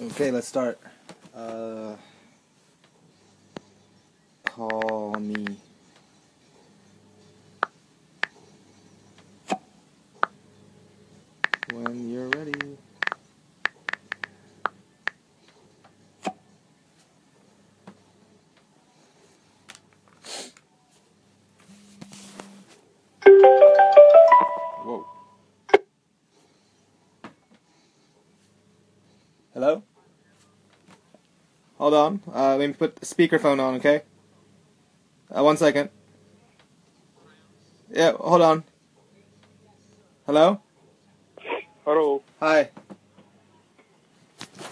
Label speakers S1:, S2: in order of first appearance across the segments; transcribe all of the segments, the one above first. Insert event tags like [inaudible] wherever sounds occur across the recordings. S1: Okay, let's start. Uh, call me. When you're ready. Whoa. Hello? Hold on. Uh, let me put the speakerphone on, okay? Uh, one second. Yeah, hold on. Hello?
S2: Hello.
S1: Hi.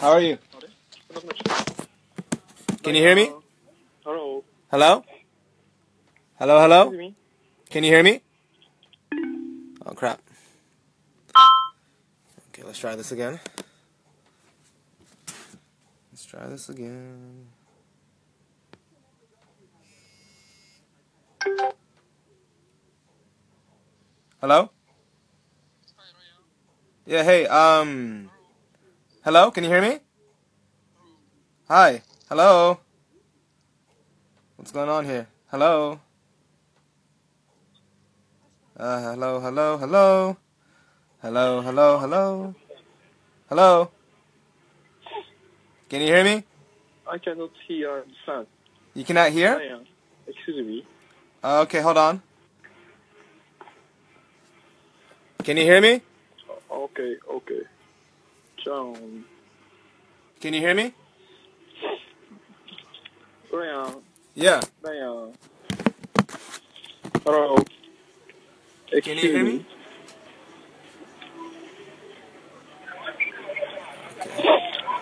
S1: How are you? Can you hear me?
S2: Hello.
S1: Hello? Hello, hello?
S2: Excuse me.
S1: Can you hear me? Oh, crap. Okay, let's try this again. Let's try this again. Hello? Yeah, hey, um. Hello, can you hear me? Hi. Hello? What's going on here? Hello? Uh, hello, hello, hello. Hello, hello, hello. Hello. Can you hear me?
S2: I cannot hear sound.
S1: You cannot
S2: I
S1: hear?
S2: am. Excuse me.
S1: Uh, okay, hold on. Can you hear me?
S2: Uh, Okay, okay. John.
S1: Can you hear me?
S2: Ryan.
S1: Yeah.
S2: Ryan. Hello. Excuse
S1: hear me?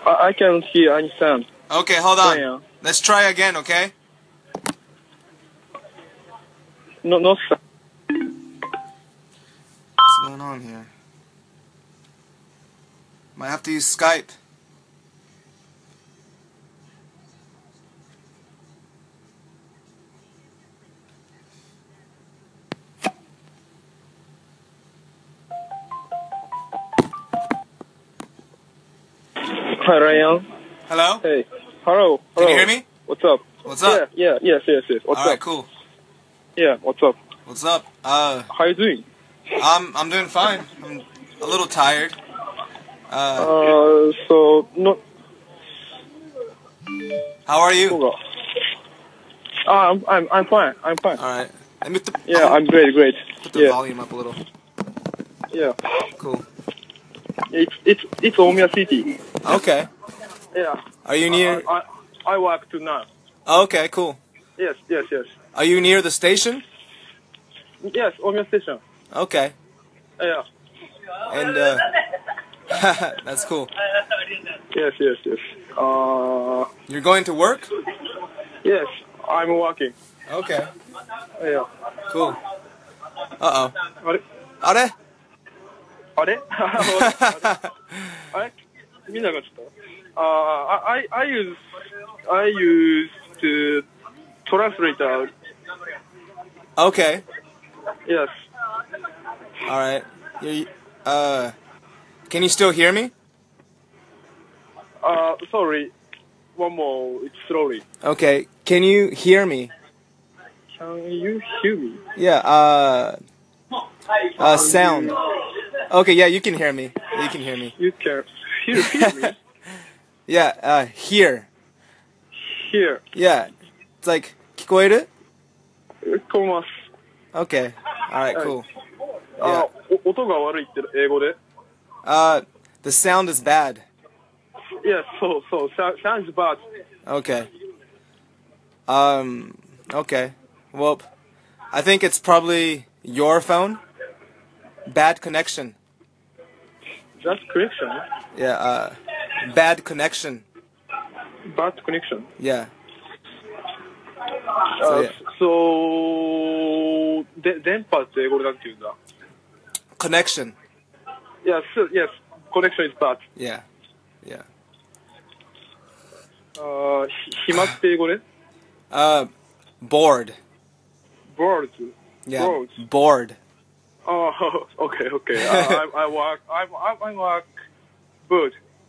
S2: I, I cannot hear any sound.
S1: Okay, hold on.
S2: Ryan.
S1: Let's try again, okay?
S2: No, no sound.
S1: What's going on here? Might have to use Skype.
S2: Hi, Ryan.
S1: Hello?
S2: Hey. Hello. Hello.
S1: Can you hear me?
S2: What's up?
S1: What's up?
S2: Yeah, yeah, yes, yes, yes. What's
S1: Alright,
S2: up?
S1: cool.
S2: Yeah, what's up?
S1: What's up? Uh,
S2: How you doing?
S1: I'm, I'm doing fine. I'm a little tired. Uh,
S2: Uh, so, no,
S1: how are you?
S2: Google. Ah, I'm, I'm, I'm fine. I'm fine.
S1: Alright. Let me th-
S2: Yeah, I'm great, great.
S1: put the
S2: Yeah,
S1: volume up a little.
S2: yeah.
S1: Cool.
S2: It's it's it's Omiya City.
S1: Okay.
S2: Yeah.
S1: Are you near?
S2: I, I I work to now.
S1: okay, cool.
S2: Yes, yes, yes.
S1: Are you near the station?
S2: Yes, Omiya Station.
S1: Okay.
S2: Yeah.
S1: And uh, [laughs] that's cool.
S2: Yes, yes, yes. Uh,
S1: You're going to work?
S2: yes, I'm working.
S1: Okay.
S2: Yeah.
S1: Cool. Uh oh.
S2: あれ
S1: Are?
S2: あ [laughs] れあれ見なかったああ、I, I use, I use to translator.
S1: [laughs] okay.
S2: Yes.
S1: All right. You uh, can you still hear me?
S2: Uh, sorry. One more, it's slowly.
S1: Okay. Can you hear me?
S2: Can you hear me?
S1: Yeah. Uh, uh, sound. Okay. Yeah, you can hear me. You can hear me.
S2: You can hear, hear
S1: [laughs]
S2: me
S1: Yeah. Uh, here.
S2: here.
S1: Yeah. It's like 聞こえる
S2: Thomas.
S1: Okay. All right. Cool.
S2: あ、お音が悪いって英語で
S1: Uh, the sound is bad.
S2: Yes, so, so, sound- sounds bad.
S1: Okay. Um. Okay. Well, I think it's probably your phone. Bad connection.
S2: That's connection.
S1: Yeah. Uh, bad connection.
S2: Bad connection.
S1: Yeah.
S2: So,
S1: そう
S2: so で電波って英語でなんて言うんだ
S1: Connection.
S2: Yes, yes, connection is bad.
S1: Yeah. Yeah.
S2: あーひ暇って英語で
S1: Uh, bored.
S2: ?Birds.
S1: Yeah.
S2: Bored.
S1: Bored.
S2: [laughs] Oh, okay, okay. I, I, I work, I, I, I work bird.